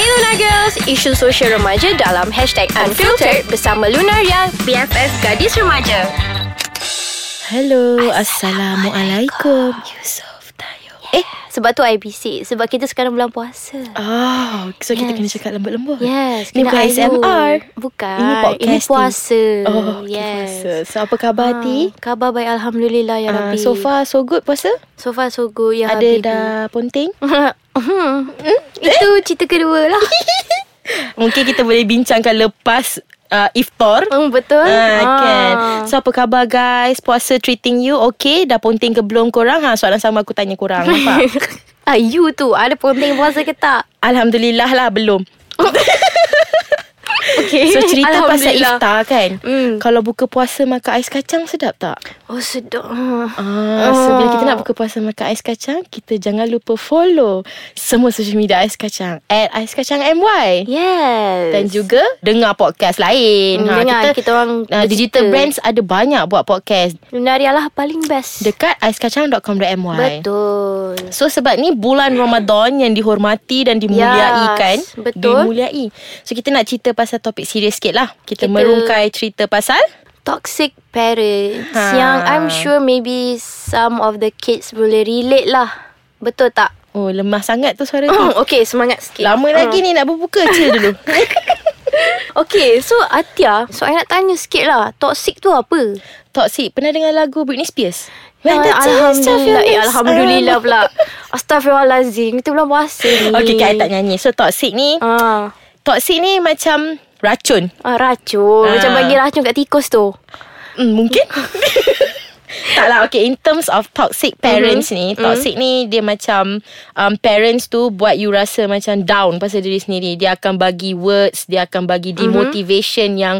Lunar Girls, isu sosial remaja dalam hashtag Unfiltered bersama Lunaria, BFF Gadis Remaja. Hello, Assalamualaikum. Yusof Tayo. Eh, sebab tu I bisik. Sebab kita sekarang bulan puasa. Oh, so kita Yes. kena cakap lembut-lembut. Yes, kena Ni bukan ayu. ASMR. Bukan. Ini podcast Ini ni. puasa. Oh, okay, puasa. So, apa khabar, Ah, Ti? Khabar baik Alhamdulillah ya Ah, Rabbi. so far, so good puasa? So far so good ya Ada Habibi. dah ponting? Hmm, Itu cerita kedua lah. Mungkin kita boleh bincangkan lepas uh, iftar. Hmm, betul. Ah, kan. Ah. So apa khabar guys? Puasa treating you okay? Dah ponting ke belum korang? Ha, soalan sama aku tanya korang. Nampak? ah, you tu ada penting puasa ke tak? Alhamdulillah lah belum. Okay. So cerita pasal Alhamdulillah. iftar kan. Mm. Kalau buka puasa makan ais kacang sedap tak? Oh sedap. Ah, so bila kita nak buka puasa makan ais kacang, kita jangan lupa follow semua social media ais kacang at ais kacang MY. Yes. Dan juga dengar podcast lain. Hmm, dengar, kita orang ah, bercerita. digital brands ada banyak buat podcast Lunaria lah paling best. dekat aiskacang.com.my. Betul. So sebab ni bulan Ramadan yang dihormati dan dimuliai Ya. Yes, kan betul. Dimuliai So kita nak cerita pasal topik serius sikit lah Kita, Kita- kita merungkai cerita pasal Toxic parents Ha. yang I'm sure maybe some of the kids boleh relate lah. Betul tak? Hmm. Oh lemah sangat tu suara tu okay, semangat sikit. Lama Oh. lagi ni nak berbuka Chill dulu Okay, so Atia, so I nak tanya sikit lah. Toxic tu apa? Toxic Pernah dengar lagu Britney Spears? Ah, the taste of your Alhamdulillah. Eh, lips Alhamdulillah are- pula. Astaghfirullahalazim. Kita belum puasa ni. Okay kan I tak nyanyi So toxic ni Ah, Toxic ni macam Racun ah racun. Ah. Macam bagi racun kat tikus tu. mm, Mungkin Tak lah okay In terms of toxic parents mm-hmm. ni Toxic mm-hmm. ni dia macam um, Parents tu buat you rasa macam down Pasal diri sendiri Dia akan bagi words Dia akan bagi demotivation mm-hmm. yang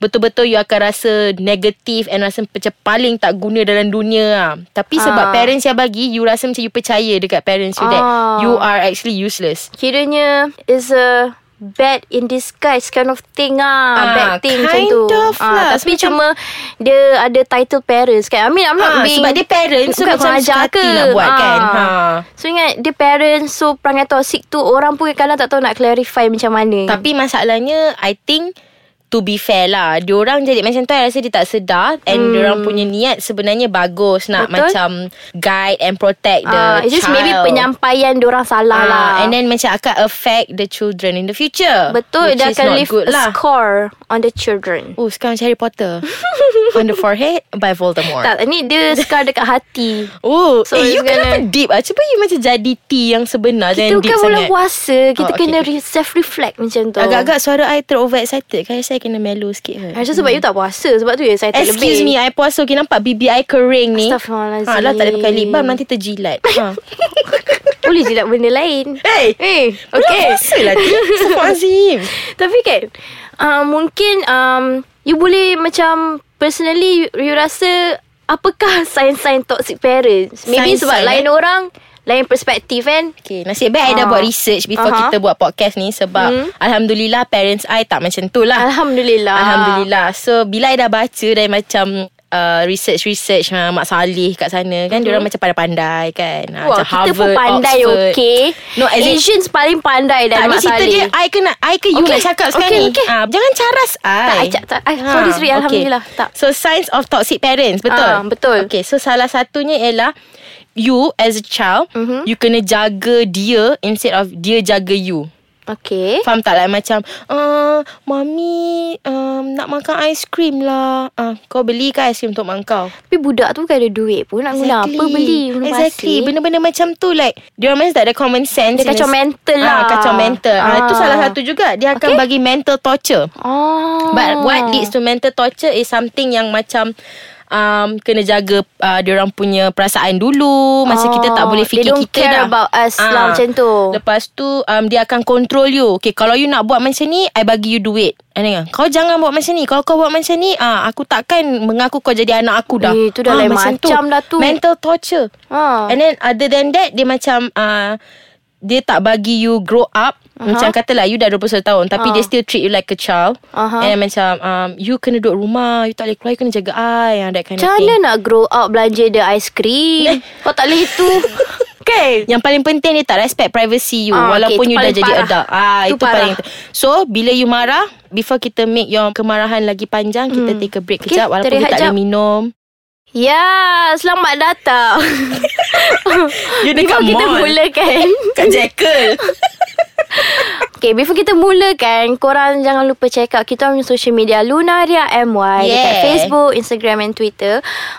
Betul-betul you akan rasa negatif And rasa macam paling tak guna dalam dunia lah. Tapi Ah. sebab parents yang bagi You rasa macam you percaya dekat parents you That Ah. you are actually useless Kiranya is a bad in disguise kind of thing ah, Ah, bad thing macam kind tu. Ah, of lah. tapi Macam- cuma dia ada title parents kan. I mean I'm not Ah, being sebab dia parents, so bukan macam kurang ajar suka hati nak buat kan. Ah. Ha. So ingat dia parents so perangai toxic tu orang pun kadang tak tahu nak clarify macam mana. Tapi masalahnya I think To be fair lah Diorang jadi macam tu I rasa dia tak sedar And hmm. diorang punya niat Sebenarnya bagus Nak Betul. Betul? macam Guide and protect the Ah, it's child just maybe penyampaian orang salah Ah, lah. And then macam akan affect The children in the future Betul Which dia is not akan leave good a lah score on the children. Oh sekarang macam Harry Potter On the forehead By Voldemort Tak, ni dia scar dekat hati. Oh So so Eh it's you gonna- kenapa deep ah? Cuba you macam jadi tea yang sebenar Kita Jangan deep bukan bulan sangat puasa. Kita Oh, okay, kena re- self-reflect macam tu. Agak-agak suara I terover excited Kan saya kena mellow sikit kot. Actually sebab you tak puasa Sebab tu you excited Hmm. Excuse me lebih I puasa Okay nampak bibir I kering ni Astaghfirullahalazim. ha, Lah tak ada pakai lip balm Nanti terjilat ha. Boleh je nak benda lain Hey Eh Okay Okay puasa lah Astagfirullahaladzim Tapi kan uh, Mungkin um, You boleh macam Personally You, you rasa Apakah sign-sign toxic parents Maybe Sign-sign, sebab eh? lain orang Lain perspektif kan Okay nasib baik I dah Ah. buat research Before Aha. Hmm. kita buat podcast ni Sebab Alhamdulillah parents I tak macam tu lah Alhamdulillah Alhamdulillah So bila I dah baca Dan macam uh, Research-research uh, Mak Saleh kat sana Kan diorang macam pandai-pandai kan Hmm. Ah, Wah, Macam kita pun Harvard, pandai Oxford. okay No, as in- Asians paling pandai tak, Dan ni Mak cerita dia Saleh I ke, nak, I ke you Okay, nak cakap sekarang okay, ni okay. Ah, Jangan caras I Tak, I cak- tak, I- sorry, sorry, okay. Alhamdulillah, tak. So signs of toxic parents Betul? Ah, betul. Okay so salah satunya ialah You as a child Mhm. You kena jaga dia Instead of dia jaga you Okay Faham tak lah macam ah, Mami um, nak makan aiskrim lah ah, Kau belikan aiskrim untuk mak kau Tapi budak tu bukan ada duit pun Nak guna apa beli guna Exactly pasir. Benda-benda macam tu Like Dia orang macam tak ada common sense Dia kacau in a- mental Ah, lah. Kacau mental ah. Itu Ah. salah satu juga Dia akan Okay. bagi mental torture Oh. But what leads to mental torture Is something yang macam um, Kena jaga uh, Diorang punya perasaan dulu Masa Oh, kita tak boleh they fikir don't kita care dah about us Ah. lah, macam tu. Lepas tu um, Dia akan control you Okay kalau you nak buat macam ni I bagi you duit I dengar Kau jangan buat macam ni Kalau kau buat macam ni ah, Aku takkan mengaku kau jadi anak aku dah Ah, Eh, tu dah lain macam dah tu. Mental torture Ah. And then other than that Dia macam uh, Dia tak bagi you grow up uh-huh. Macam katalah You dah 21 tahun Tapi Ah. dia still treat you like a child Aha. And then macam um, You kena duduk rumah You tak boleh keluar You kena jaga I uh, That kind Macam of mana thing nak grow up belanja dia aiskrim? Kau tak boleh itu. Kan? Yang paling penting dia tak respect privacy you Ah, ah, okay, walaupun itu okay, you dah paling jadi parah. adult. Ah Itu itu, parah. paling So bila you marah before kita make your kemarahan lagi panjang kita take a Hmm. break Okay, kejap walaupun you terehat tak ada jap. minum. Ya, selamat datang. You Before kita mulakan. kat Jekyll. Okay, before kita mulakan, korang jangan lupa check out kita punya social media Lunaria MY yeah. dekat Yeah. Facebook, Instagram and Twitter.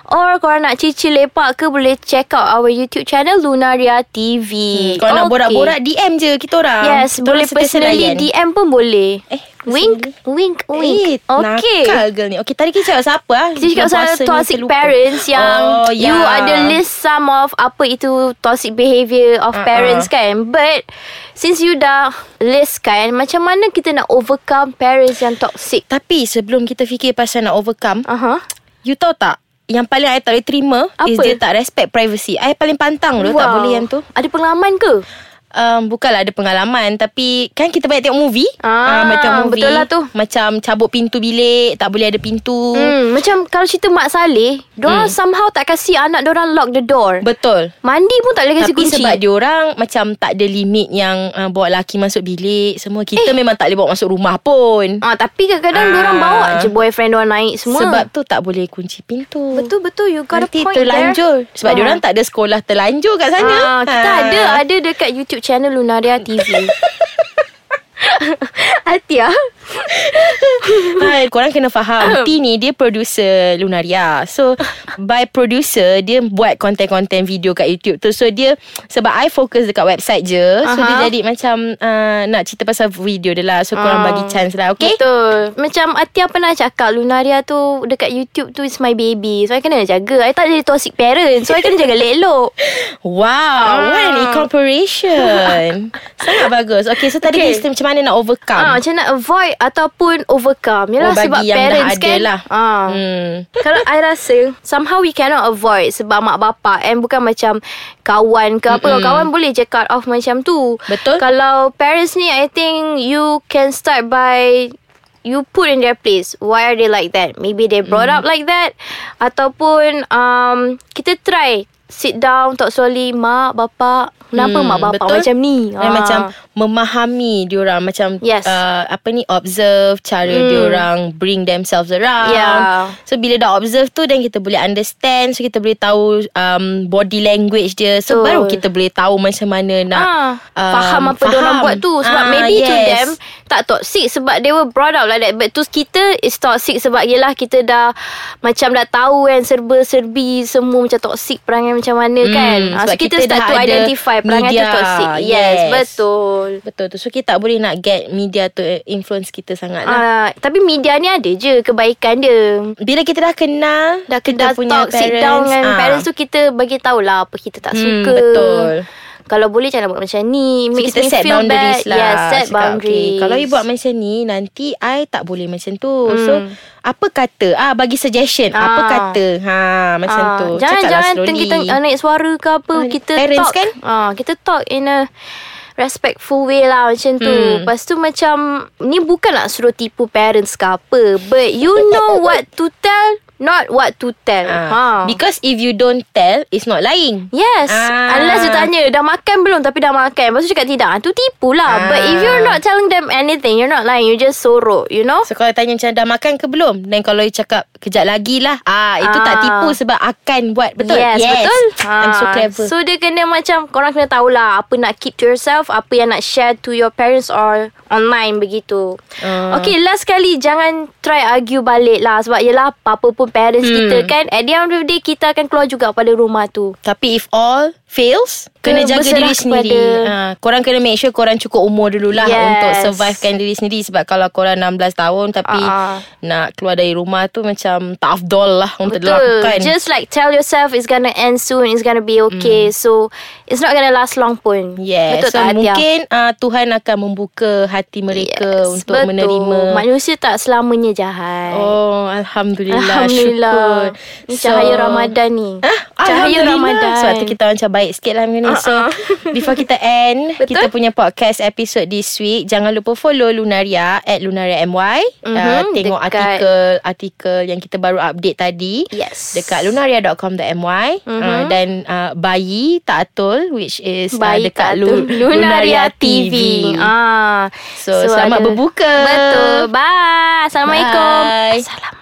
Or korang nak cicil lepak ke boleh check out our YouTube channel Lunaria TV. Hmm, Kalau okay. nak borak-borak DM je kita orang. Yes, kita boleh orang sentiasa personally layan. DM pun boleh. kan? Eh, wink, wink, Eh, wink. okay. Nakal girl ni Okay tadi kita cakap siapa ah? Kita cakap Dah pasal puasa ni toxic terlupa. parents yang oh, you yeah. ada list some of apa itu toxic behaviour of Uh-uh. parents kan. But since you dah list kan, macam mana kita nak overcome parents yang toxic? Tapi sebelum kita fikir pasal nak overcome Aha. Uh-huh. You tahu tak Yang paling I tak boleh terima Apa? Is dia tak respect privacy I paling pantang wow. Tak boleh yang tu Ada pengalaman ke? um, Bukanlah ada pengalaman Tapi Kan kita banyak tengok movie Ah, Ah, Macam movie betul lah tu. Macam cabut pintu bilik Tak boleh ada pintu Hmm, macam kalau cerita Mak Saleh, Hmm. diorang somehow tak kasi anak diorang lock the door. Betul Mandi pun tak boleh kasi Tapi kunci. sebab diorang Macam tak ada limit Yang uh, bawa laki masuk bilik Semua Eh. kita memang tak boleh Bawa masuk rumah pun Ah, tapi kadang-kadang Ah. diorang bawa je boyfriend diorang naik semua. Sebab tu tak boleh kunci pintu betul-betul you got Nanti a point terlanjur there. Sebab Ah. diorang tak ada sekolah terlanjur kat sana Ah, kita Ah. ada ada dekat YouTube channel Lunaria TV. Atia. Hai, korang kena faham T ni dia producer Lunaria So By producer Dia buat konten-konten video kat YouTube tu So dia Sebab I fokus dekat website je So Aha. dia jadi macam uh, Nak cerita pasal video dia lah So korang Ah. bagi chance lah Okay Betul. Macam Atia pernah cakap Lunaria tu dekat YouTube tu is my baby. So I kena jaga. I tak jadi toxic parent. So I kena jaga elok. Wow What Ah. an incorporation Sangat bagus Okay so tadi Okay. okay. kita macam mana nak overcome Ah, macam nak avoid ataupun overcome. Yalah Oh, bagi sebab yang dah parents ada kan. lah. Ah. hmm. Kalau I rasa Somehow we cannot avoid Sebab mak bapak And bukan macam Kawan ke apa Kawan boleh je cut off macam tu Betul. Kalau parents ni I think You can start by You put in their place Why are they like that Maybe they brought Mm. up like that Ataupun um, Kita try Sit down Talk slowly Mak, bapak Kenapa Hmm, mak bapak betul. macam ni Ah. Dan Ah. macam memahami diorang macam Yes. uh, apa ni observe cara Hmm. Ya. diorang bring themselves around. Yeah. So bila dah observe tu then kita boleh understand so kita boleh tahu um, body language dia. Betul. So baru kita boleh tahu macam mana nak Ah, faham apa faham. diorang buat tu sebab Ah, maybe to yes. them tak toxic sebab they were brought up like that but to kita it's toxic sebab yelah kita dah macam dah tahu kan serba-serbi semua macam toxic perangai macam mana Hmm, kan Ah, so sebab kita, kita start dah to ada identify perangai media. tu toxic yes, Yes. betul Betul tu. So kita tak boleh nak get media tu eh, influence kita sangat lah. Ah, tapi media ni ada je kebaikan dia Bila kita dah kenal dah kita kita talk, punya parents, sit down dengan ah. parents tu kita bagi tahulah apa kita tak Hmm, suka betul. kalau boleh jangan buat macam ni So, makes kita me set feel boundaries bad lah yeah set Cakap, boundaries okay, Kalau you buat macam ni Nanti I tak boleh macam tu So Apa kata ah Bagi suggestion Hmm. Ah. Apa kata ha, Macam Ah, tu Jangan Cakaplah jangan slowly. teng- kita uh, naik suara ke apa Ah, kita parents talk. kan? Ah, kita talk in a respectful way lah macam tu. Hmm. Lepas tu macam ni bukan nak suruh tipu parents ke apa, but you know what to tell, not what to tell. Ah. Ha. Because if you don't tell It's not lying Yes Ah. Unless dia tanya Dah makan belum Tapi dah makan Lepas tu cakap tidak Itu tipu lah Ah. But if you're not telling them anything You're not lying You just sorok You know So kalau tanya macam Dah makan ke belum Dan kalau you cakap Kejap lagi lah ah, Itu tak Ah. tipu Sebab akan buat Betul Yes, betul I'm so Ah, clever So dia kena macam Korang kena tahulah Apa nak keep to yourself Apa yang nak share to your parents Or online begitu Ah. Okay last sekali Jangan try argue balik lah Sebab yelah Apa-apa pun parents Hmm. kita kan At the end of the day Kita akan keluar juga pada rumah tu Tapi if all fails Kena Kena jaga berserah diri sendiri kepada- ha, Korang kena make sure Korang cukup umur dululah Yes. yes. Untuk survivekan diri sendiri Sebab kalau korang 16 tahun Tapi Ah, ah. uh-uh. Nak keluar dari rumah tu Macam tak afdol lah Untuk Betul dilakukan Just like tell yourself It's gonna end soon It's gonna be okay So It's not gonna last long pun Yeah. Betul Hmm. so tak Atia? mungkin uh, Tuhan akan membuka hati mereka Yes, untuk betul. menerima. Manusia tak selamanya jahat Oh, alhamdulillah. Alhamdulillah. Syukur. Ni cahaya Ramadan ni. Ah, cahaya Alhamdulillah. Ramadan. Sebab tu kita orang macam baik sikit lah macam ni. So, Uh-uh. before kita end, Betul. kita punya podcast episode this week. Jangan lupa follow Lunaria at Lunaria MY. Uh, Mhm, tengok dekat- artikel-artikel yang kita baru update tadi. Yes. Mhm. Dekat lunaria.com.my uh, Dan uh, bayi tak atul Which is uh, Bayi tak dekat Lu- tu. Lunaria TV. Ah. So, selamat berbuka. Betul. Bye. Assalamualaikum. Bye. Assalamualaikum.